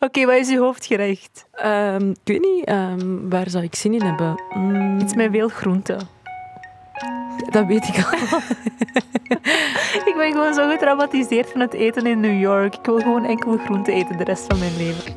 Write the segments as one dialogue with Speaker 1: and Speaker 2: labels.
Speaker 1: Oké, wat is uw hoofdgerecht?
Speaker 2: Ehm, ik weet niet, ehm, waar zou ik zin in hebben? Mm,
Speaker 1: Iets met veel groenten.
Speaker 2: dat weet ik al.
Speaker 1: Ik ben gewoon zo getraumatiseerd van het eten in New York. Ik wil gewoon enkel groenten eten de rest van mijn leven.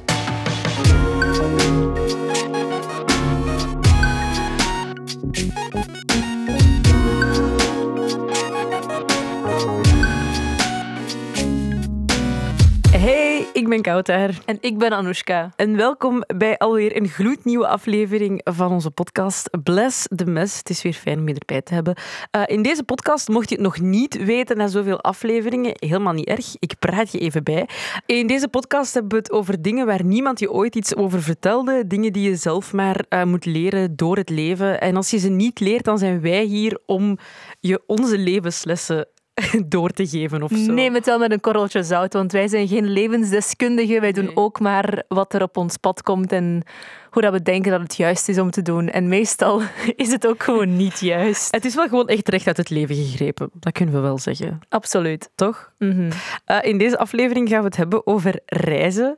Speaker 2: Hey, ik ben Kouter.
Speaker 1: En ik ben Anoushka.
Speaker 2: En welkom bij alweer een gloednieuwe aflevering van onze podcast Bless the Mess. Het is weer fijn om je erbij te hebben. Eh, in deze podcast, mocht je het nog niet weten na zoveel afleveringen, helemaal niet erg, ik praat je even bij. In deze podcast hebben we het over dingen waar niemand je ooit iets over vertelde. Dingen die je zelf maar eh, moet leren door het leven. En als je ze niet leert, dan zijn wij hier om je onze levenslessen door te geven of zo.
Speaker 1: Neem het wel met een korreltje zout, want wij zijn geen levensdeskundigen. Wij doen
Speaker 2: Nee.
Speaker 1: ook maar wat er op ons pad komt en hoe dat we denken dat het juist is om te doen. En meestal is het ook gewoon niet juist.
Speaker 2: Het is wel gewoon echt recht uit het leven gegrepen. Dat kunnen we wel zeggen,
Speaker 1: Absoluut.
Speaker 2: toch?
Speaker 1: Mhm.
Speaker 2: Eh, in deze aflevering gaan we het hebben over reizen.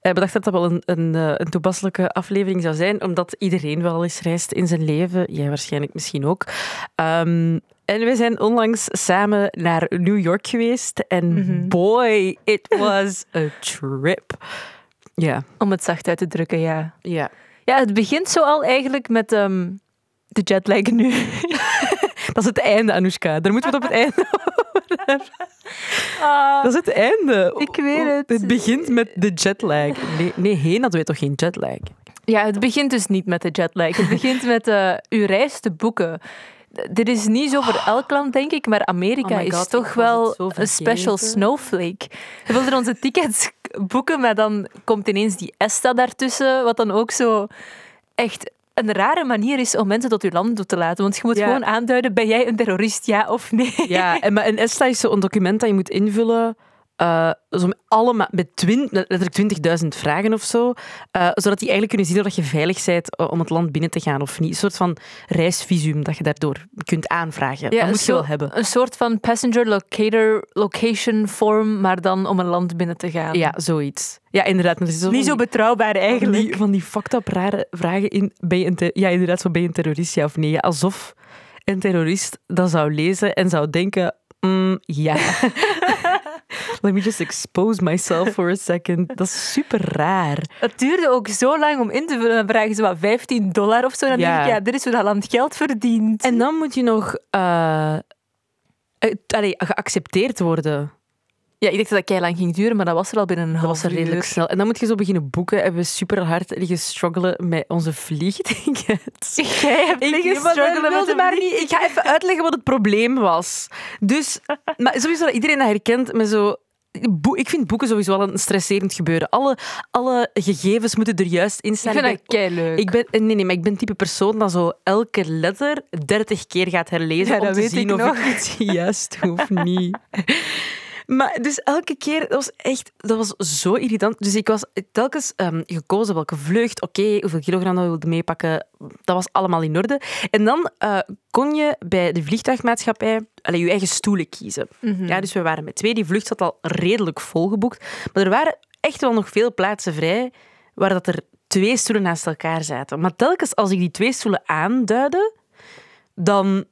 Speaker 2: Eh, we dachten dat dat wel een, een, eh, een toepasselijke aflevering zou zijn, omdat iedereen wel eens reist in zijn leven. Jij waarschijnlijk misschien ook. Ehm, en we zijn onlangs samen naar New York geweest. En
Speaker 1: Mhm.
Speaker 2: boy, it was a trip. Ja,
Speaker 1: Om het zacht uit te drukken, ja.
Speaker 2: ja.
Speaker 1: Ja, het begint zo al eigenlijk met ehm, de jetlag nu.
Speaker 2: Dat is het einde, Anoushka. Daar moeten we het op het einde.
Speaker 1: Ah,
Speaker 2: Dat is het einde. Oh,
Speaker 1: Ik weet het.
Speaker 2: Het begint met de jetlag. Nee, nee heen hadden we toch geen jetlag?
Speaker 1: Ja, het begint dus niet met de jetlag. Het begint met eh uw reis te boeken. D- Dit is niet zo voor elk land, denk ik, maar Amerika
Speaker 2: Oh my
Speaker 1: is
Speaker 2: God, ik
Speaker 1: toch
Speaker 2: was
Speaker 1: wel
Speaker 2: het zo
Speaker 1: een special
Speaker 2: vergeten.
Speaker 1: snowflake. We wilden onze tickets k- boeken, maar dan komt ineens die ESTA daartussen, wat dan ook zo echt een rare manier is om mensen tot uw land toe te laten. Want je moet
Speaker 2: Ja.
Speaker 1: gewoon aanduiden, ben jij een terrorist, ja of nee?
Speaker 2: Ja, en, maar een ESTA is zo'n document dat je moet invullen. eh, zo met allemaal, met twin- letterlijk 20.000 vragen of zo. eh, zodat die eigenlijk kunnen zien of dat je veilig bent eh, om het land binnen te gaan of niet. Een soort van reisvisum dat je daardoor kunt aanvragen. dat moet je
Speaker 1: zo-
Speaker 2: wel hebben.
Speaker 1: Een soort van passenger locator location form, maar dan om een land binnen te gaan.
Speaker 2: Ja, zoiets. Ja, inderdaad. maar er is zo
Speaker 1: Niet zo
Speaker 2: van die-
Speaker 1: betrouwbaar
Speaker 2: van
Speaker 1: eigenlijk.
Speaker 2: die, van die fucked up rare vragen in... Ben je een ter- ja, inderdaad, van ben je een terrorist, ja of nee? Ja, alsof een terrorist dat zou lezen en zou denken... mm, ja. Let me just expose myself for a second. Dat is super raar.
Speaker 1: Het duurde ook zo lang om in te vullen. Dan vragen ze wat 15 dollar of zo. Dan
Speaker 2: Ja.
Speaker 1: denk ik, ja, dit is hoe dat land geld verdient.
Speaker 2: En dan moet je nog... eh, eh, allee, geaccepteerd worden.
Speaker 1: ja, ik dacht dat dat kei lang ging duren, maar dat was er al binnen een
Speaker 2: Dat
Speaker 1: half
Speaker 2: was er redelijk
Speaker 1: uur.
Speaker 2: snel. En dan moet je zo beginnen boeken. En we super hard liggen struggelen met onze vliegtickets.
Speaker 1: Jij hebt liggen
Speaker 2: Ik maar dat
Speaker 1: struggelen met
Speaker 2: wilde
Speaker 1: een
Speaker 2: maar
Speaker 1: vlieg-
Speaker 2: niet. Ik ga even uitleggen wat het probleem was. Dus, maar sowieso dat iedereen dat herkent met zo. boe- Ik vind boeken sowieso wel een stresserend gebeuren. Alle, alle gegevens moeten er juist in
Speaker 1: Ik
Speaker 2: staan.
Speaker 1: vind
Speaker 2: Ik ben-
Speaker 1: dat kei leuk.
Speaker 2: ik ben, nee, nee, maar ik ben het type persoon dat zo elke letter 30 keer gaat herlezen
Speaker 1: Ja,
Speaker 2: om
Speaker 1: dat
Speaker 2: te
Speaker 1: weet
Speaker 2: zien
Speaker 1: ik
Speaker 2: of
Speaker 1: nog.
Speaker 2: ik iets juist doe of niet. Maar dus elke keer, dat was echt, dat was zo irritant. Dus ik was telkens ehm, gekozen welke vlucht, oké, hoeveel kilogram dat we wilden meepakken, dat was allemaal in orde. En dan eh, kon je bij de vliegtuigmaatschappij allee, je eigen stoelen kiezen. ja, dus we waren met twee, die vlucht zat al redelijk volgeboekt. Maar er waren echt wel nog veel plaatsen vrij waar dat er twee stoelen naast elkaar zaten. Maar telkens als ik die twee stoelen aanduidde, dan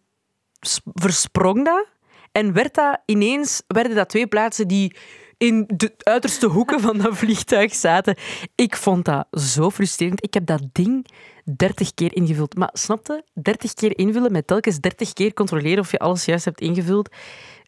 Speaker 2: sp- versprong dat en werd dat ineens, werden dat twee plaatsen die in de uiterste hoeken van dat vliegtuig zaten. Ik vond dat zo frustrerend. Ik heb dat ding 30 keer ingevuld. Maar snapte, 30 keer invullen met telkens 30 keer controleren of je alles juist hebt ingevuld.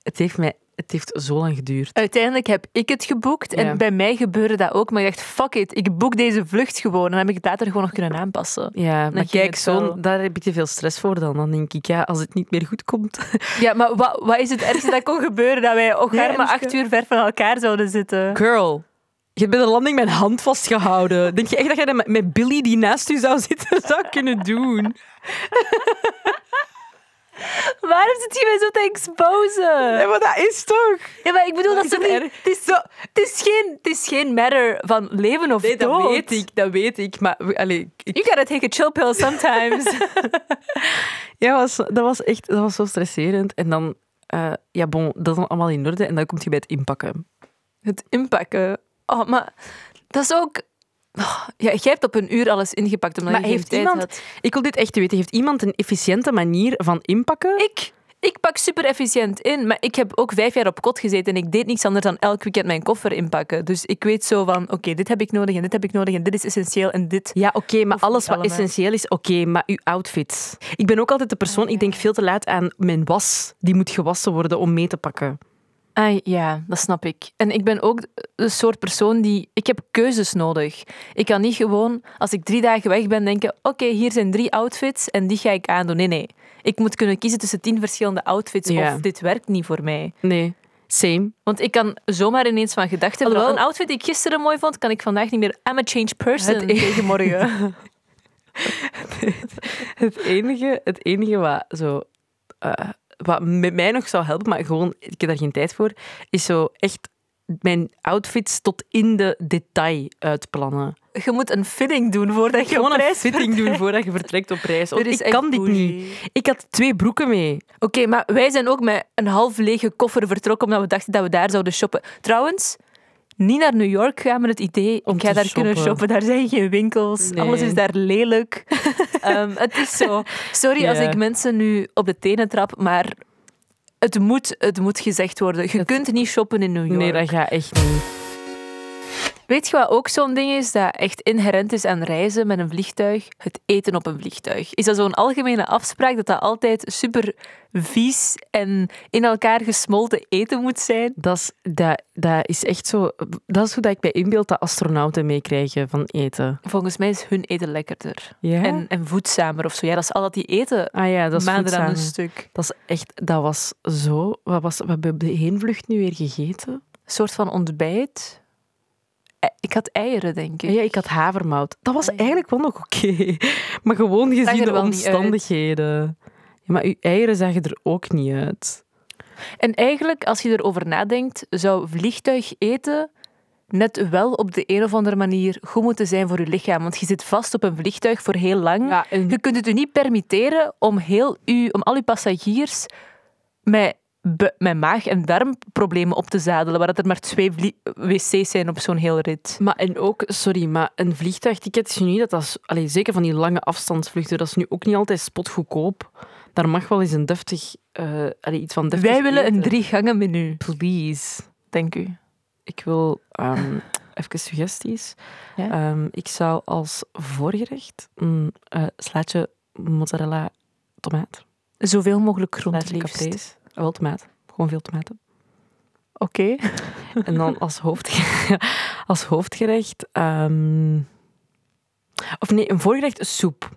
Speaker 2: Het heeft, mij, het heeft zo lang geduurd.
Speaker 1: Uiteindelijk heb ik het geboekt en
Speaker 2: Ja.
Speaker 1: bij mij gebeurde dat ook. Maar ik dacht, fuck it, ik boek deze vlucht gewoon. En dan heb ik het later gewoon nog kunnen aanpassen.
Speaker 2: Ja, maar
Speaker 1: ging
Speaker 2: kijk,
Speaker 1: het
Speaker 2: zo,
Speaker 1: wel.
Speaker 2: daar heb ik te veel stress voor dan. Dan denk ik, ja, als het niet meer goed komt,
Speaker 1: Ja, maar wat, wat is het ergste dat kon gebeuren? Dat wij ook
Speaker 2: Nee,
Speaker 1: maar
Speaker 2: Anoushka.
Speaker 1: acht uur ver van elkaar zouden zitten.
Speaker 2: Girl, je hebt bij de landing mijn hand vastgehouden. Denk je echt dat jij dat met- met Billy die naast u zou zitten zou kunnen doen?
Speaker 1: Waarom zit je mij zo te exposen?
Speaker 2: Nee, maar dat is toch?
Speaker 1: Ja, maar ik bedoel, dat
Speaker 2: Is
Speaker 1: is
Speaker 2: dat
Speaker 1: toch niet...
Speaker 2: erg?
Speaker 1: Het is, zo, het, is geen, het is geen matter van leven of
Speaker 2: Nee, dat
Speaker 1: dood.
Speaker 2: weet ik, dat weet ik. Maar we- allee, ik-
Speaker 1: You gotta take a chill pill sometimes.
Speaker 2: ja, was, dat was echt dat was zo stresserend. En dan, eh, ja, bon, dat is dan allemaal in orde. En dan komt je bij het inpakken.
Speaker 1: het inpakken. Oh, maar Dat is ook... Oh, ja, jij hebt op een uur alles ingepakt omdat
Speaker 2: Maar
Speaker 1: je geen
Speaker 2: heeft
Speaker 1: tijd
Speaker 2: iemand-
Speaker 1: had.
Speaker 2: Ik wil dit echt weten. Heeft iemand een efficiënte manier van inpakken?
Speaker 1: Ik, ik pak super efficiënt in, maar ik heb ook vijf jaar op kot gezeten en ik deed niks anders dan elk weekend mijn koffer inpakken. Dus ik weet zo van, oké, dit heb ik nodig en dit heb ik nodig en dit is essentieel en dit...
Speaker 2: Ja, oké, maar
Speaker 1: Hoeft
Speaker 2: alles
Speaker 1: niet
Speaker 2: wat
Speaker 1: allemaal.
Speaker 2: essentieel is, oké, maar uw outfit. Ik ben ook altijd de persoon, ik denk veel te laat aan mijn was. Die moet gewassen worden om mee te pakken.
Speaker 1: Ah, ja, dat snap ik. En ik ben ook de soort persoon die... Ik heb keuzes nodig. Ik kan niet gewoon, als ik drie dagen weg ben, denken... Oké, hier zijn drie outfits en die ga ik aandoen. Nee, nee. Ik moet kunnen kiezen tussen tien verschillende outfits
Speaker 2: Ja.
Speaker 1: of dit werkt niet voor mij.
Speaker 2: Nee, same.
Speaker 1: Want ik kan zomaar ineens van gedachten... Van,
Speaker 2: Alhoewel-
Speaker 1: een outfit die ik gisteren mooi vond, kan ik vandaag niet meer... I'm a changed person
Speaker 2: Het-
Speaker 1: tegen morgen.
Speaker 2: Het enige, het enige wat, zo, eh, wat met mij nog zou helpen, maar gewoon, ik heb daar geen tijd voor, is zo echt mijn outfits tot in de detail uitplannen.
Speaker 1: Je moet een fitting doen voordat je
Speaker 2: Gewoon
Speaker 1: op
Speaker 2: een
Speaker 1: reis
Speaker 2: fitting doen voordat je vertrekt op reis.
Speaker 1: Er
Speaker 2: want
Speaker 1: is
Speaker 2: ik
Speaker 1: echt
Speaker 2: kan dit
Speaker 1: bougie.
Speaker 2: niet. Ik had twee broeken mee.
Speaker 1: Oké, maar wij zijn ook met een half lege koffer vertrokken omdat we dachten dat we daar zouden shoppen. Trouwens, niet naar New York gaan met het idee,
Speaker 2: Om
Speaker 1: ik ga
Speaker 2: te
Speaker 1: daar kunnen
Speaker 2: shoppen.
Speaker 1: shoppen, daar zijn geen winkels,
Speaker 2: Nee.
Speaker 1: alles is daar lelijk. Ehm, het is zo. Sorry als
Speaker 2: Ja.
Speaker 1: ik mensen nu op de tenen trap, maar het moet, het moet gezegd worden. Je kunt niet shoppen in New York.
Speaker 2: Nee, dat gaat echt niet.
Speaker 1: Weet je wat ook zo'n ding is dat echt inherent is aan reizen met een vliegtuig? Het eten op een vliegtuig. Is dat zo'n algemene afspraak dat dat altijd super vies en in elkaar gesmolten eten moet zijn?
Speaker 2: Dat is, dat, dat is echt zo... Dat is hoe dat ik bij inbeeld dat astronauten meekrijgen van eten.
Speaker 1: Volgens mij is hun eten lekkerder.
Speaker 2: Ja?
Speaker 1: En, en voedzamer of zo. Ja, dat is al dat die eten
Speaker 2: ah ja, dat is
Speaker 1: maanden aan een
Speaker 2: voedzaam.
Speaker 1: stuk.
Speaker 2: Dat is echt... Dat was zo... Wat, was, wat hebben we op de heenvlucht nu weer gegeten?
Speaker 1: Een soort van ontbijt. E- Ik had eieren, denk ik.
Speaker 2: Ah Ja, ik had havermout. Dat was
Speaker 1: Ah, ja.
Speaker 2: eigenlijk wel nog oké. Maar gewoon
Speaker 1: Zag
Speaker 2: gezien
Speaker 1: er
Speaker 2: de
Speaker 1: wel niet uit.
Speaker 2: omstandigheden. Ja, maar uw eieren zagen er ook niet uit.
Speaker 1: En eigenlijk, als je erover nadenkt, zou vliegtuig eten net wel op de een of andere manier goed moeten zijn voor je lichaam. Want je zit vast op een vliegtuig voor heel lang.
Speaker 2: en
Speaker 1: Je kunt het je niet permitteren om, heel u, om al je passagiers met, bu- met maag- en darmproblemen op te zadelen, waar dat er maar twee vlie- wc's zijn op zo'n heel rit.
Speaker 2: Maar en ook, sorry, maar een vliegtuigticket is nu niet dat dat... is- Allee, zeker van die lange afstandsvluchten, dat is nu ook niet altijd spotgoedkoop. Daar mag wel eens een deftig... eh, allee, iets van deftig
Speaker 1: Wij willen een
Speaker 2: eten.
Speaker 1: drie gangen menu,
Speaker 2: Please.
Speaker 1: denk u.
Speaker 2: Ik wil... ehm, even suggesties.
Speaker 1: Ja?
Speaker 2: Ehm, ik zou als voorgerecht een eh, slaatje mozzarella tomaat.
Speaker 1: Zoveel mogelijk groenten,
Speaker 2: Slaatje
Speaker 1: liefst. Oké.
Speaker 2: caprese. Wel tomaat. Gewoon veel tomaten. En dan als, hoofdgerecht, als hoofdgerecht... ehm, of nee, een voorgerecht soep.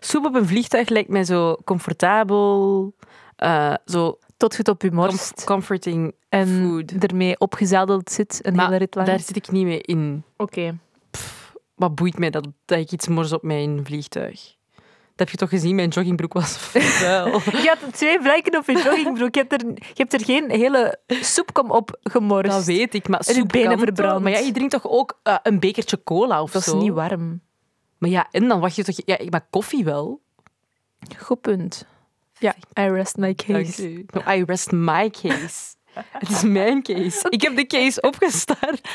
Speaker 2: Soep op een vliegtuig lijkt mij zo comfortabel, eh, zo
Speaker 1: Tot je het op je
Speaker 2: comf-
Speaker 1: morst
Speaker 2: comforting.
Speaker 1: en
Speaker 2: food.
Speaker 1: ermee opgezadeld zit een
Speaker 2: Maar
Speaker 1: hele rit lang.
Speaker 2: Daar zit ik niet mee in.
Speaker 1: Oké.
Speaker 2: Wat boeit mij dat, dat ik iets mors op mij in een vliegtuig? Dat heb je toch gezien? Mijn joggingbroek was vuil.
Speaker 1: Je had twee vlekken op je joggingbroek. Je hebt er, je hebt er geen hele soepkom op gemorst.
Speaker 2: dat weet ik, maar
Speaker 1: En
Speaker 2: soep
Speaker 1: uw benen
Speaker 2: kan toch?
Speaker 1: verbrand.
Speaker 2: Maar ja, je drinkt toch ook eh, een bekertje cola of
Speaker 1: Dat is
Speaker 2: zo?
Speaker 1: niet warm.
Speaker 2: Maar ja, en dan wacht je toch... Ja, maar koffie wel.
Speaker 1: Goed punt. Ja, I rest my case.
Speaker 2: No, I rest my case. Het is mijn case. Ik heb de case opgestart.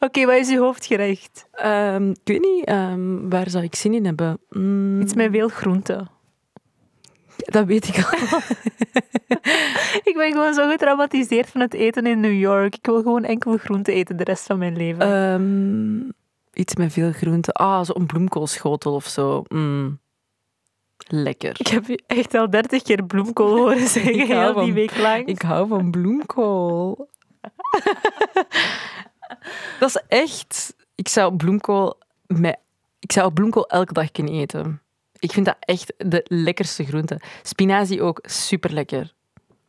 Speaker 1: Oké, wat is uw hoofdgerecht?
Speaker 2: Ehm, ik weet niet, ehm, waar zou ik zin in hebben? Mm,
Speaker 1: Iets met veel groenten.
Speaker 2: dat weet ik al.
Speaker 1: Ik ben gewoon zo getraumatiseerd van het eten in New York. Ik wil gewoon enkel groenten eten de rest van mijn leven.
Speaker 2: Ehm, iets met veel groenten. Ah, zo'n bloemkoolschotel of zo. Mm. Lekker.
Speaker 1: ik heb je echt al dertig keer bloemkool horen zeggen,
Speaker 2: Ik hou
Speaker 1: heel die
Speaker 2: van-
Speaker 1: week lang.
Speaker 2: Ik hou van bloemkool. dat is echt... Ik zou bloemkool, met, ik zou bloemkool elke dag kunnen eten. Ik vind dat echt de lekkerste groente. Spinazie ook super lekker.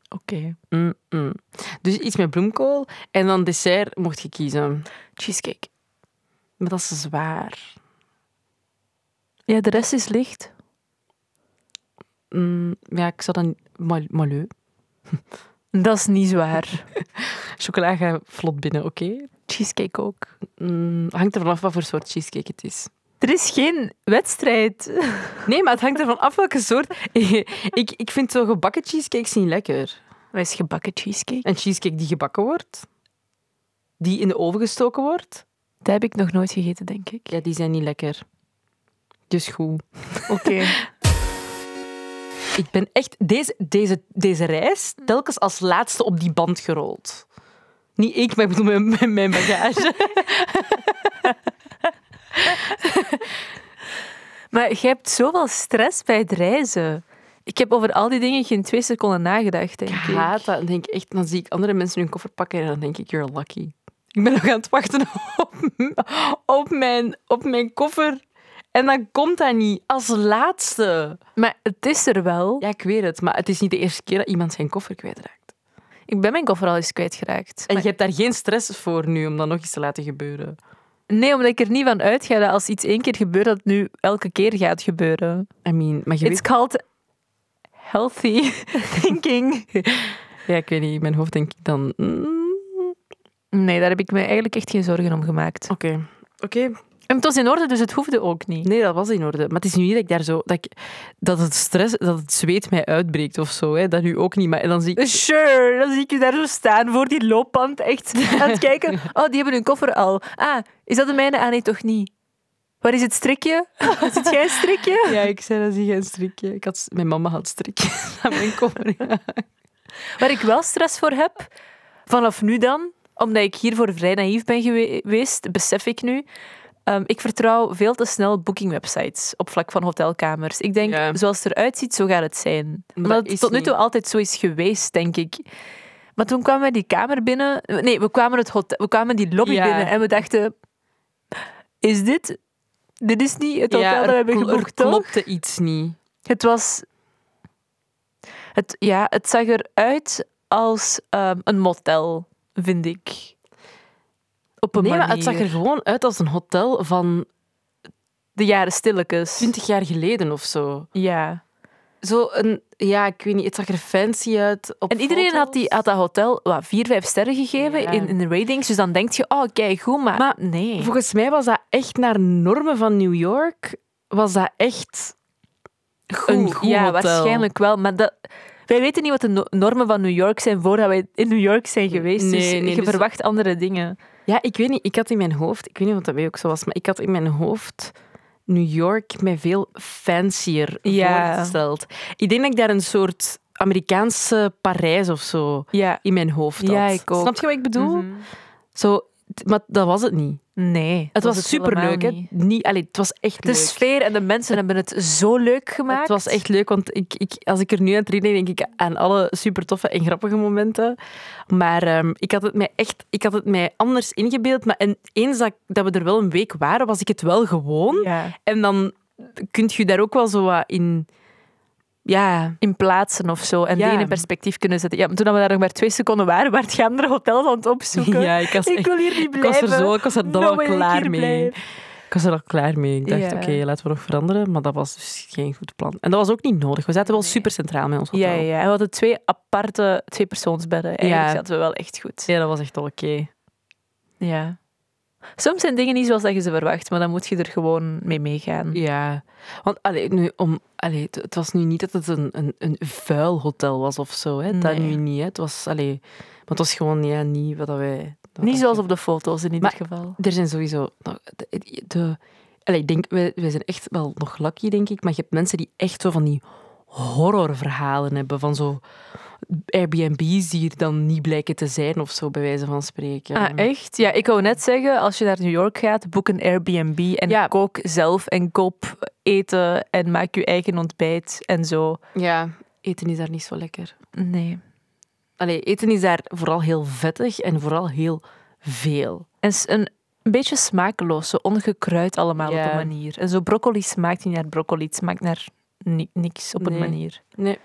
Speaker 1: Oké.
Speaker 2: Dus iets met bloemkool en dan dessert mocht je kiezen.
Speaker 1: Cheesecake.
Speaker 2: Maar dat is zwaar.
Speaker 1: Ja, de rest is licht.
Speaker 2: Mm, ja, ik zou dan mal- malheur.
Speaker 1: Dat is niet zwaar.
Speaker 2: Chocola gaat vlot binnen, oké?
Speaker 1: Cheesecake ook.
Speaker 2: Mm, hangt er vanaf wat voor soort cheesecake het is.
Speaker 1: Er is geen wedstrijd.
Speaker 2: Nee, maar het hangt ervan af welke soort. ik, ik vind zo gebakken cheesecakes niet lekker.
Speaker 1: Wat is gebakken cheesecake?
Speaker 2: Een cheesecake die gebakken wordt, die in de oven gestoken wordt,
Speaker 1: Dat heb ik nog nooit gegeten, denk ik.
Speaker 2: Ja, die zijn niet lekker. Dus goed.
Speaker 1: Oké.
Speaker 2: Ik ben echt deze, deze, deze reis telkens als laatste op die band gerold. Niet ik, maar ik bedoel mijn, mijn, mijn bagage.
Speaker 1: Maar je hebt zoveel stress bij het reizen. Ik heb over al die dingen geen twee seconden nagedacht, denk
Speaker 2: Ik
Speaker 1: ik.
Speaker 2: haat dat. Dan Denk ik echt, dan zie ik andere mensen hun koffer pakken en dan denk ik, you're lucky. Ik ben nog aan het wachten op, op, mijn, op mijn koffer. En dan komt dat niet. Als laatste.
Speaker 1: Maar het is er wel.
Speaker 2: Ja, ik weet het, maar het is niet de eerste keer dat iemand zijn koffer kwijtraakt.
Speaker 1: Ik ben mijn koffer al eens kwijtgeraakt.
Speaker 2: En
Speaker 1: Maar-
Speaker 2: je hebt daar geen stress voor nu om dat nog eens te laten gebeuren.
Speaker 1: Nee, omdat ik er niet van uitga dat als iets één keer gebeurt, dat het nu elke keer gaat gebeuren.
Speaker 2: I mean, maar je
Speaker 1: It's called healthy thinking.
Speaker 2: weet... Ja, ik weet niet. In mijn hoofd denk ik dan... mm,
Speaker 1: Nee, daar heb ik me eigenlijk echt geen zorgen om gemaakt.
Speaker 2: Oké. Oké.
Speaker 1: En het was in orde, dus het hoefde ook niet.
Speaker 2: Nee, dat was in orde. Maar het is nu niet dat ik daar zo... Dat, ik, dat het stress, dat het zweet mij uitbreekt of zo. Hè. Dat nu ook niet. Maar dan zie ik...
Speaker 1: Sure, dan zie ik je daar zo staan voor die loopband, echt aan het kijken. Oh, die hebben hun koffer al. Ah, is dat de mijne? Ah, nee, toch niet. Waar is het strikje? Is het geen strikje?
Speaker 2: Ja, ik zei dat is geen strikje. Ik had, mijn mama had strikjes aan mijn koffer.
Speaker 1: Waar ik wel stress voor heb, vanaf nu dan, omdat ik hiervoor vrij naïef ben gewe- geweest, besef ik nu. ehm, ik vertrouw veel te snel bookingwebsites op vlak van hotelkamers. Ik denk,
Speaker 2: Ja.
Speaker 1: zoals het eruit ziet, zo gaat het zijn.
Speaker 2: dat
Speaker 1: Omdat
Speaker 2: is
Speaker 1: het tot nu
Speaker 2: niet.
Speaker 1: toe altijd zo is geweest, denk ik. Maar toen kwamen we die kamer binnen. Nee, we kwamen, het hotel, we kwamen die lobby
Speaker 2: Ja.
Speaker 1: binnen en we dachten: is dit? Dit is niet het hotel dat we hebben
Speaker 2: kl-
Speaker 1: geboekt,
Speaker 2: er
Speaker 1: toch?
Speaker 2: klopte iets niet.
Speaker 1: Het was. Het, ja, het zag eruit als ehm, een motel, vind ik. Op een
Speaker 2: Nee,
Speaker 1: manier.
Speaker 2: maar het zag er gewoon uit als een hotel van
Speaker 1: De jaren stilletjes.
Speaker 2: 20 jaar geleden of zo.
Speaker 1: Ja.
Speaker 2: Zo een... Ja, ik weet niet. Het zag er fancy uit. Op
Speaker 1: En iedereen had, die,
Speaker 2: foto's.
Speaker 1: had dat hotel wat, vier, vijf sterren gegeven
Speaker 2: Ja.
Speaker 1: in, in de ratings. Dus dan denk je, oh, kijk, goed, maar,
Speaker 2: Maar-
Speaker 1: nee.
Speaker 2: Volgens mij was dat echt naar normen van New York. Was dat echt een goed
Speaker 1: ja,
Speaker 2: hotel.
Speaker 1: waarschijnlijk wel. Maar dat, wij weten niet wat de no- normen van New York zijn voordat wij in New York zijn geweest. dus
Speaker 2: Nee, nee,
Speaker 1: je
Speaker 2: dus-
Speaker 1: verwacht andere dingen.
Speaker 2: Ja, ik weet niet. Ik had in mijn hoofd, ik weet niet of dat bij jou ook zo was, maar ik had in mijn hoofd New York mij veel fancier
Speaker 1: Ja.
Speaker 2: voorgesteld. Ik denk dat ik daar een soort Amerikaanse Parijs of zo
Speaker 1: Ja.
Speaker 2: in mijn hoofd had.
Speaker 1: Ja, ik ook. Mhm.
Speaker 2: Snap je wat ik bedoel? Zo, t- maar dat was het niet.
Speaker 1: Nee.
Speaker 2: Mhm. Het was, superleuk.
Speaker 1: superleuk,
Speaker 2: hè. Niet, allee, het was echt
Speaker 1: De
Speaker 2: leuk.
Speaker 1: sfeer en de mensen hebben het zo leuk gemaakt.
Speaker 2: Het was echt leuk, want ik, ik, als ik er nu aan terugdenk, denk ik aan alle super toffe en grappige momenten. Maar ehm, ik had het mij echt ik had het mij anders ingebeeld. Maar en eens dat, dat we er wel een week waren, was ik het wel gewoon.
Speaker 1: Ja.
Speaker 2: En dan kunt je daar ook wel zo wat in. Ja,
Speaker 1: In plaatsen of zo. En
Speaker 2: Ja.
Speaker 1: die in perspectief kunnen zetten. Ja, maar toen we daar nog maar twee seconden waren, waren we andere hotels aan het opzoeken.
Speaker 2: ja ik was
Speaker 1: ik
Speaker 2: echt.
Speaker 1: wil hier niet
Speaker 2: Ik was
Speaker 1: blijven.
Speaker 2: er zo, ik was er dan
Speaker 1: No
Speaker 2: al
Speaker 1: way dat ik
Speaker 2: klaar
Speaker 1: hier
Speaker 2: mee.
Speaker 1: blijf.
Speaker 2: Ik was er al klaar mee. Ik dacht,
Speaker 1: Ja.
Speaker 2: oké, laten we nog veranderen. Maar dat was dus geen goed plan. En dat was ook niet nodig. We zaten wel
Speaker 1: Nee.
Speaker 2: super centraal met ons hotel.
Speaker 1: Ja, ja, ja. En we hadden twee aparte tweepersoonsbedden. Eigenlijk
Speaker 2: Ja.
Speaker 1: zaten we wel echt goed.
Speaker 2: Ja, dat was echt al oké.
Speaker 1: Ja. Soms zijn dingen niet zoals dat je ze verwacht, maar dan moet je er gewoon mee meegaan.
Speaker 2: Ja, want allee, nu, om, allee, het, het was nu niet dat het een, een, een vuil hotel was of zo. Hè. Dat
Speaker 1: Nee.
Speaker 2: nu niet. Hè. Het, was, allee, maar het was gewoon ja, niet wat dat wij. wat
Speaker 1: Niet
Speaker 2: dat
Speaker 1: zoals
Speaker 2: je-
Speaker 1: op de foto's in ieder
Speaker 2: Maar-
Speaker 1: geval.
Speaker 2: Er zijn sowieso. nog- De, de- allee, ik denk, wij, wij zijn echt wel nog lucky, denk ik. Maar je hebt mensen die echt zo van die horrorverhalen hebben. Van zo Airbnbs die er dan niet blijken te zijn of zo, bij wijze van spreken.
Speaker 1: Ah, echt? Ja, ik wou net zeggen, als je naar New York gaat, boek een Airbnb en
Speaker 2: Ja.
Speaker 1: kook zelf en koop eten en maak je eigen ontbijt en zo.
Speaker 2: Ja, eten is daar niet zo lekker.
Speaker 1: Nee.
Speaker 2: Allee, eten is daar vooral heel vettig en vooral heel veel.
Speaker 1: En s- een beetje smakeloos, zo ongekruid allemaal
Speaker 2: Ja.
Speaker 1: op een manier. En zo broccoli smaakt niet naar broccoli, het smaakt naar ni- niks op een
Speaker 2: Nee.
Speaker 1: manier.
Speaker 2: Nee.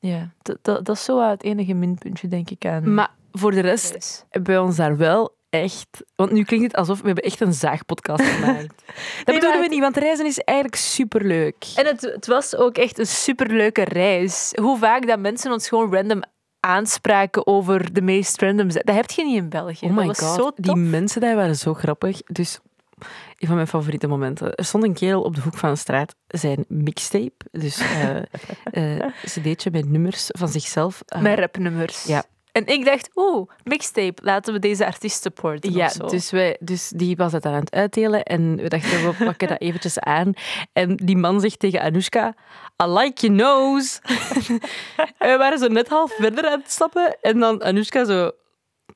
Speaker 1: Ja, dat, dat, dat is zo wat het enige minpuntje, denk ik, aan
Speaker 2: Maar voor de rest
Speaker 1: reis.
Speaker 2: hebben wij ons daar wel echt... Want nu klinkt het alsof we hebben echt een zaagpodcast gemaakt. Dat bedoelen
Speaker 1: maar
Speaker 2: we
Speaker 1: het-
Speaker 2: niet, want reizen is eigenlijk superleuk.
Speaker 1: En het, het was ook echt een superleuke reis. Hoe vaak dat mensen ons gewoon random aanspraken over de meest random... ze- Dat heb je niet in België.
Speaker 2: oh my
Speaker 1: dat was
Speaker 2: god,
Speaker 1: zo
Speaker 2: die
Speaker 1: tof.
Speaker 2: mensen daar waren zo grappig. Dus een van mijn favoriete momenten. Er stond een kerel op de hoek van de straat, zijn mixtape, dus eh eh, cd'tje met nummers van zichzelf. eh,
Speaker 1: ah. Met rapnummers.
Speaker 2: Ja.
Speaker 1: En ik dacht, oeh, mixtape, laten we deze artiest supporten.
Speaker 2: Ja,
Speaker 1: of zo.
Speaker 2: dus, wij, dus die was dat aan het uitdelen en we dachten, we pakken dat eventjes aan. En die man zegt tegen Anoushka, I like your nose. en we waren zo net half verder aan het stappen en dan Anoushka zo,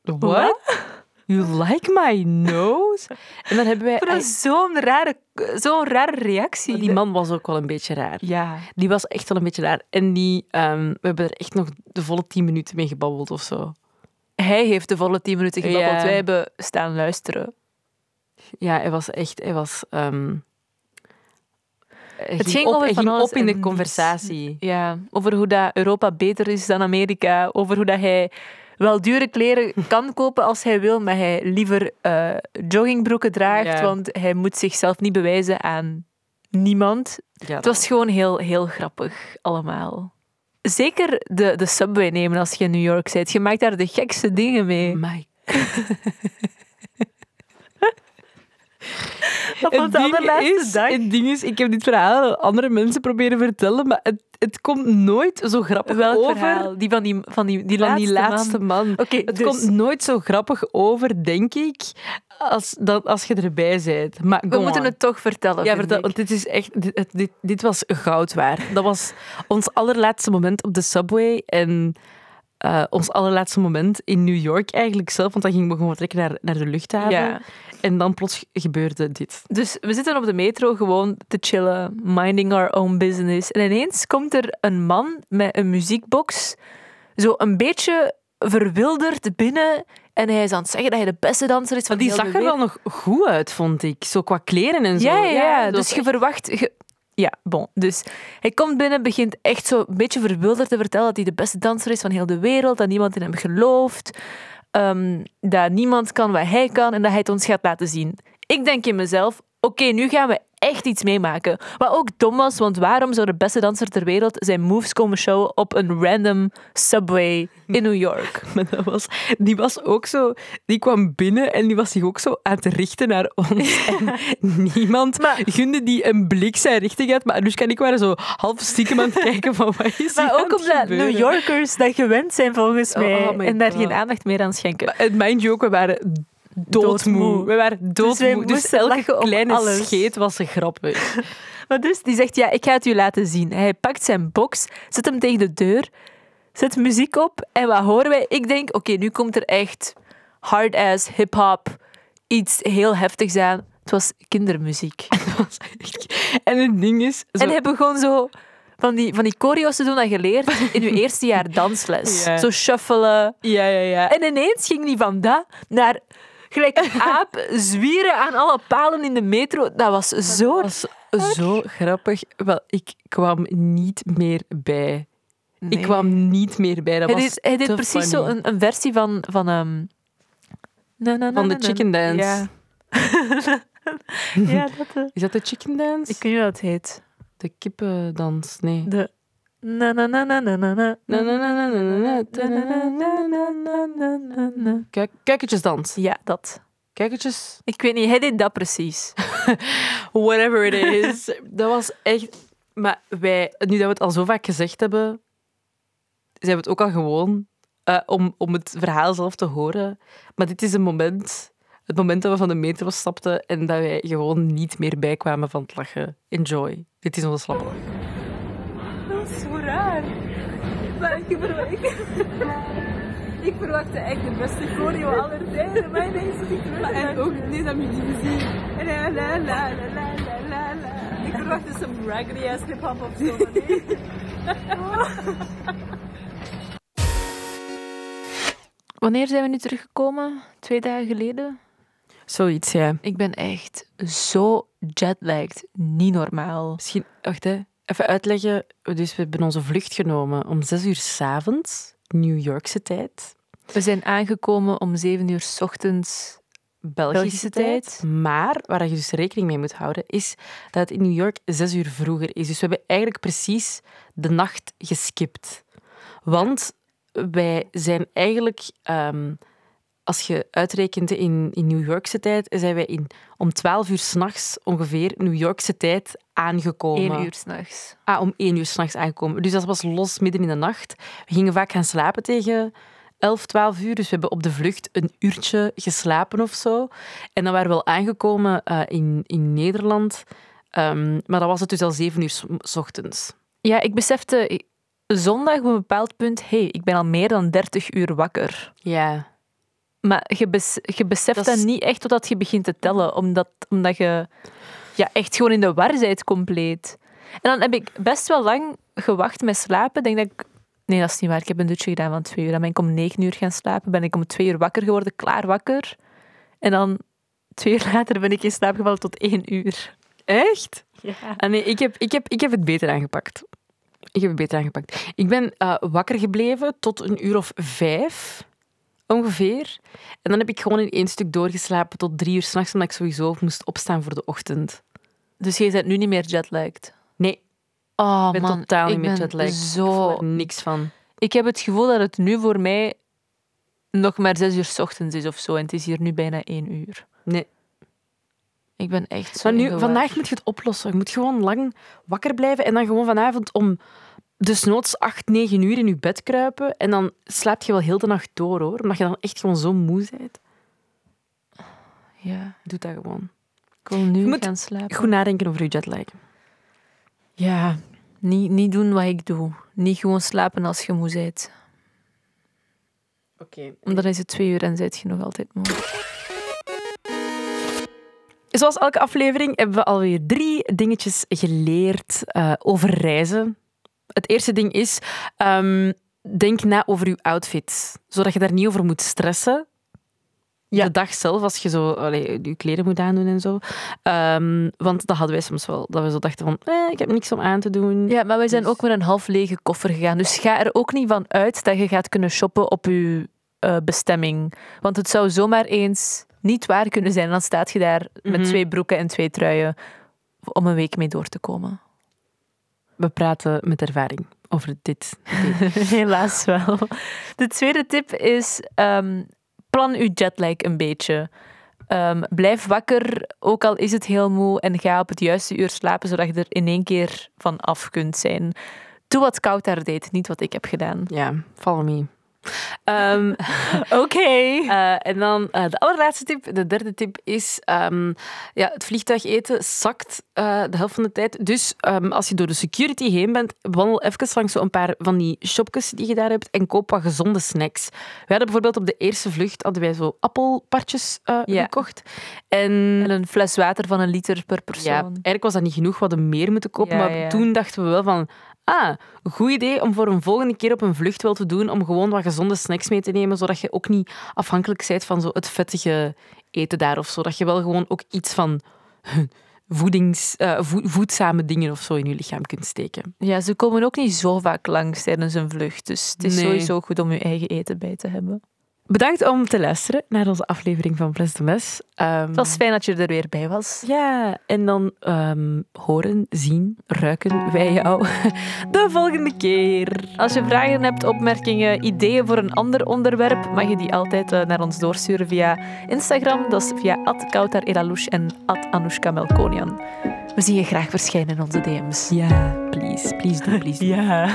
Speaker 2: what? You like my nose? En dan hebben wij...
Speaker 1: Ik vond dat zo'n rare, zo'n rare reactie.
Speaker 2: Die man was ook wel een beetje raar.
Speaker 1: Ja.
Speaker 2: Die was echt wel een beetje raar. En die, ehm, we hebben er echt nog de volle tien minuten mee gebabbeld of zo.
Speaker 1: Hij heeft de volle 10 minuten gebabbeld.
Speaker 2: Ja.
Speaker 1: Wij hebben staan luisteren.
Speaker 2: Ja, hij was echt... Hij was, ehm, hij
Speaker 1: ging
Speaker 2: op,
Speaker 1: over
Speaker 2: hij
Speaker 1: van
Speaker 2: ging
Speaker 1: alles
Speaker 2: op in de
Speaker 1: en
Speaker 2: conversatie.
Speaker 1: Ja, over hoe dat Europa beter is dan Amerika. Over hoe dat hij wel dure kleren kan kopen als hij wil, maar hij liever eh, joggingbroeken draagt,
Speaker 2: Ja.
Speaker 1: want hij moet zichzelf niet bewijzen aan niemand.
Speaker 2: Ja,
Speaker 1: Het was gewoon heel, heel grappig allemaal. Zeker de, de subway nemen als je in New York bent. Je maakt daar de gekste dingen mee.
Speaker 2: My
Speaker 1: Dat was de allerlaatste
Speaker 2: is,
Speaker 1: dag.
Speaker 2: Het ding is, ik heb dit verhaal aan andere mensen proberen vertellen, maar het, het komt nooit zo grappig
Speaker 1: Welk
Speaker 2: over
Speaker 1: verhaal? Die van die, van die, die
Speaker 2: dan
Speaker 1: laatste,
Speaker 2: die laatste
Speaker 1: man.
Speaker 2: man.
Speaker 1: Oké,
Speaker 2: Het
Speaker 1: dus
Speaker 2: komt nooit zo grappig over, denk ik, als, dat, als je erbij bent. Maar
Speaker 1: we moeten het toch vertellen.
Speaker 2: Ja,
Speaker 1: vind
Speaker 2: vertel,
Speaker 1: ik.
Speaker 2: want dit is echt... Dit, het- dit, dit was goud waard. Dat was ons allerlaatste moment op de subway en... eh, ons allerlaatste moment in New York eigenlijk zelf, want dan gingen we gewoon vertrekken naar, naar de luchthaven.
Speaker 1: Ja.
Speaker 2: En dan plots gebeurde dit.
Speaker 1: Dus we zitten op de metro gewoon te chillen, minding our own business. En ineens komt er een man met een muziekbox, zo een beetje verwilderd binnen. En hij is aan het zeggen dat hij de beste danser is van
Speaker 2: Die
Speaker 1: heel de
Speaker 2: zag er
Speaker 1: wereld.
Speaker 2: wel nog goed uit, vond ik. Zo qua kleren en zo.
Speaker 1: Ja, ja, ja.
Speaker 2: dat
Speaker 1: dus
Speaker 2: was
Speaker 1: je verwacht... je- Ja, bon. Dus hij komt binnen, begint echt zo een beetje verwilderd te vertellen dat hij de beste danser is van heel de wereld, dat niemand in hem gelooft, ehm, dat niemand kan wat hij kan en dat hij het ons gaat laten zien. Ik denk in mezelf, oké, nu gaan we echt iets meemaken. Wat ook dom was, want waarom zou de beste danser ter wereld zijn moves komen showen op een random subway in New York?
Speaker 2: Maar dat was, die was ook zo, die kwam binnen en die was zich ook zo aan het richten naar ons. En niemand gunde die een blik zijn richting uit. Maar Anoushka en ik waren zo half stiekem aan het kijken van wat is hier
Speaker 1: Maar
Speaker 2: aan
Speaker 1: ook
Speaker 2: het
Speaker 1: omdat
Speaker 2: gebeuren?
Speaker 1: New Yorkers dat gewend zijn volgens
Speaker 2: Oh,
Speaker 1: mij
Speaker 2: oh my
Speaker 1: en daar
Speaker 2: God.
Speaker 1: geen aandacht meer aan schenken.
Speaker 2: Maar het- mind you ook, we waren doodmoe.
Speaker 1: Doodmoe.
Speaker 2: We waren
Speaker 1: wij
Speaker 2: doodmoe. Dus,
Speaker 1: moesten
Speaker 2: elke
Speaker 1: lachen om
Speaker 2: kleine
Speaker 1: alles.
Speaker 2: scheet was grappig.
Speaker 1: Maar dus, die zegt, ja, ik ga het u laten zien. Hij pakt zijn box, zet hem tegen de deur, zet muziek op. En wat horen wij? Ik denk, oké, nu komt er echt hard-ass hip-hop, iets heel heftigs aan. Het was kindermuziek.
Speaker 2: Dat was echt- en het ding is... Zo,
Speaker 1: En hij begon zo van die, van die choreo's te doen dat je leert in je eerste jaar dansles.
Speaker 2: Ja.
Speaker 1: Zo shuffelen.
Speaker 2: ja, ja, ja.
Speaker 1: En ineens ging die van dat naar... Gelijk een aap, zwieren aan alle palen in de metro. Dat was zo...
Speaker 2: was zo grappig. Wel, ik kwam niet meer bij. Ik
Speaker 1: Nee.
Speaker 2: kwam niet meer bij. Dat
Speaker 1: Hij
Speaker 2: was
Speaker 1: deed, hij deed
Speaker 2: te
Speaker 1: precies
Speaker 2: funny.
Speaker 1: zo een, een versie van... Van, ehm, na, na, na,
Speaker 2: Van de
Speaker 1: na, na.
Speaker 2: chicken dance.
Speaker 1: Ja, ja dat... eh,
Speaker 2: Is dat de chicken dance?
Speaker 1: ik weet niet hoe dat heet.
Speaker 2: De kippendans, nee.
Speaker 1: De... Na, na, na, na, na, na, na.
Speaker 2: Na, na, na, na, na, na,
Speaker 1: Na, na, na, na, na, na, na, na, na.
Speaker 2: Kijk, kijkertjesdans.
Speaker 1: Ja, dat.
Speaker 2: Kijkertjes.
Speaker 1: Ik weet niet, hij deed dat precies.
Speaker 2: Whatever it is. dat was echt... Maar wij, nu dat we het al zo vaak gezegd hebben, zijn we het ook al gewoon eh, om, om het verhaal zelf te horen. Maar dit is een moment, het moment dat we van de metro stapten en dat wij gewoon niet meer bijkwamen van het lachen. Enjoy. Dit is onze slappe lach.
Speaker 1: Dat is zo raar. Maar ik, ik, ik verwachtte echt de beste choreo aller tijden. Maar ik denk dat ik En ook niet aan jullie gezien. La la la la la la la. Ik verwachtte zo'n raggedy ass hip-hop of zo. Wanneer zijn we nu teruggekomen? Twee dagen geleden?
Speaker 2: Zoiets, ja.
Speaker 1: Ik ben echt zo jetlagged. Niet normaal.
Speaker 2: Misschien, wacht hè. Even uitleggen. Dus we hebben onze vlucht genomen om zes uur s'avonds, New Yorkse tijd,
Speaker 1: We zijn aangekomen om 7 uur 's ochtends.
Speaker 2: Belgische,
Speaker 1: Belgische
Speaker 2: tijd.
Speaker 1: tijd.
Speaker 2: Maar waar je dus rekening mee moet houden, is dat het in New York zes uur vroeger is. Dus we hebben eigenlijk precies de nacht geskipt. Want wij zijn eigenlijk, ehm, als je uitrekent in, in New Yorkse tijd, zijn wij in, om twaalf uur s'nachts ongeveer New Yorkse tijd aangekomen.
Speaker 1: 1 uur s'nachts.
Speaker 2: Ah, om één uur s'nachts aankomen. Dus dat was los midden in de nacht. We gingen vaak gaan slapen tegen 11, 12 uur. Dus we hebben op de vlucht een uurtje geslapen of zo. En dan waren we wel aangekomen eh, in, in Nederland. Ehm, maar dan was het dus al 7 uur s- s ochtends.
Speaker 1: Ja, ik besefte eh, zondag op een bepaald punt, hé, hey, ik ben al meer dan 30 uur wakker.
Speaker 2: Ja.
Speaker 1: Maar je, bes- je beseft
Speaker 2: Dat
Speaker 1: dat,
Speaker 2: is-
Speaker 1: niet echt totdat je begint te tellen, omdat, omdat je ja, echt gewoon in de war bent compleet. En dan heb ik best wel lang gewacht met slapen. Ik Denk dat ik... Nee, dat is niet waar. Ik heb een dutje gedaan van twee uur. Dan ben ik om negen uur gaan slapen. Ben ik om twee uur wakker geworden, klaar wakker. En dan twee uur later ben ik in slaap gevallen tot één uur.
Speaker 2: Echt?
Speaker 1: Ja.
Speaker 2: Ah, nee, ik heb, ik, heb, ik heb het beter aangepakt. Ik heb het beter aangepakt. Ik ben eh, wakker gebleven tot een uur of vijf, ongeveer. En dan heb ik gewoon in één stuk doorgeslapen tot drie uur s'nachts, omdat ik sowieso moest opstaan voor de ochtend.
Speaker 1: Dus je bent nu niet meer jetlagged?
Speaker 2: Nee,
Speaker 1: Oh
Speaker 2: ik ben
Speaker 1: man,
Speaker 2: totaal niet
Speaker 1: ik
Speaker 2: meer
Speaker 1: ben
Speaker 2: jetlagged. Ik
Speaker 1: Zo
Speaker 2: voel er niks van.
Speaker 1: ik heb het gevoel dat het nu voor mij nog maar zes uur 's ochtends is of zo. En het is hier nu bijna één uur.
Speaker 2: Nee.
Speaker 1: Ik ben echt zo.
Speaker 2: Maar
Speaker 1: in de
Speaker 2: nu,
Speaker 1: war.
Speaker 2: vandaag moet je het oplossen. Je moet gewoon lang wakker blijven en dan gewoon vanavond om dus desnoods 8, 9 uur in je bed kruipen. En dan slaapt je wel heel de nacht door, hoor. Omdat je dan echt gewoon zo moe bent.
Speaker 1: Ja,
Speaker 2: Doe dat gewoon.
Speaker 1: ik wil nu
Speaker 2: Je moet
Speaker 1: gaan slapen.
Speaker 2: Goed nadenken over je jetlag.
Speaker 1: Ja, niet, niet doen wat ik doe. Niet gewoon slapen als je moe bent.
Speaker 2: Oké.
Speaker 1: Want dan is het twee uur en zit je nog altijd moe.
Speaker 2: Zoals elke aflevering hebben we alweer drie dingetjes geleerd eh, over reizen. Het eerste ding is, ehm, denk na over je outfit, zodat je daar niet over moet stressen. De dag zelf, als je zo allee, je kleren moet aandoen en zo. Ehm, want dat hadden wij soms wel. Dat we zo dachten van, eh, ik heb niks om aan te doen.
Speaker 1: Ja, maar wij zijn
Speaker 2: Dus-
Speaker 1: ook met een half lege koffer gegaan. Dus ga er ook niet van uit dat je gaat kunnen shoppen op je eh, bestemming. Want het zou zomaar eens niet waar kunnen zijn. Dan staat je daar
Speaker 2: Mhm.
Speaker 1: met twee broeken en twee truien om een week mee door te komen.
Speaker 2: We praten met ervaring over dit.
Speaker 1: Helaas wel. De tweede tip is: ehm, plan uw jetlag een beetje. Ehm, blijf wakker, ook al is het heel moe, en ga op het juiste uur slapen, zodat je er in één keer van af kunt zijn. Doe wat koud daar deed, niet wat ik heb gedaan.
Speaker 2: Ja, follow me. Ehm,
Speaker 1: Oké.
Speaker 2: Eh, en dan eh, de allerlaatste tip, de derde tip is: ehm, ja, het vliegtuig eten zakt eh, de helft van de tijd. Dus ehm, als je door de security heen bent, wandel even langs zo een paar van die shopjes die je daar hebt en koop wat gezonde snacks. We hadden bijvoorbeeld op de eerste vlucht hadden wij zo appelpartjes eh,
Speaker 1: Ja.
Speaker 2: gekocht. En,
Speaker 1: En een fles water van een liter per
Speaker 2: ja,
Speaker 1: persoon.
Speaker 2: eigenlijk was dat niet genoeg, we hadden meer moeten kopen.
Speaker 1: Ja,
Speaker 2: maar
Speaker 1: ja.
Speaker 2: toen dachten we wel van. Ah, goed idee om voor een volgende keer op een vlucht wel te doen. Om gewoon wat gezonde snacks mee te nemen. Zodat je ook niet afhankelijk bent van zo het vettige eten daar of zo. Dat je wel gewoon ook iets van voedings, eh, voe- voedzame dingen of zo in je lichaam kunt steken.
Speaker 1: Ja. ze komen ook niet zo vaak langs tijdens een vlucht. Dus het is
Speaker 2: Nee.
Speaker 1: sowieso goed om je eigen eten bij te hebben.
Speaker 2: Bedankt om te luisteren naar onze aflevering van Pres de Mes. Ehm,
Speaker 1: Het was fijn dat je er weer bij was.
Speaker 2: Ja, en dan ehm, horen, zien, ruiken wij jou de volgende keer.
Speaker 1: Als je vragen hebt, opmerkingen, ideeën voor een ander onderwerp, mag je die altijd eh, naar ons doorsturen via Instagram. Dat is via @kautarelalouche en Anoushka Melkonian. We zien je graag verschijnen in onze DM's.
Speaker 2: Ja, please, please do, please do.
Speaker 1: Ja.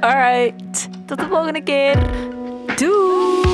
Speaker 1: Alright, tot de volgende keer.
Speaker 2: Doei!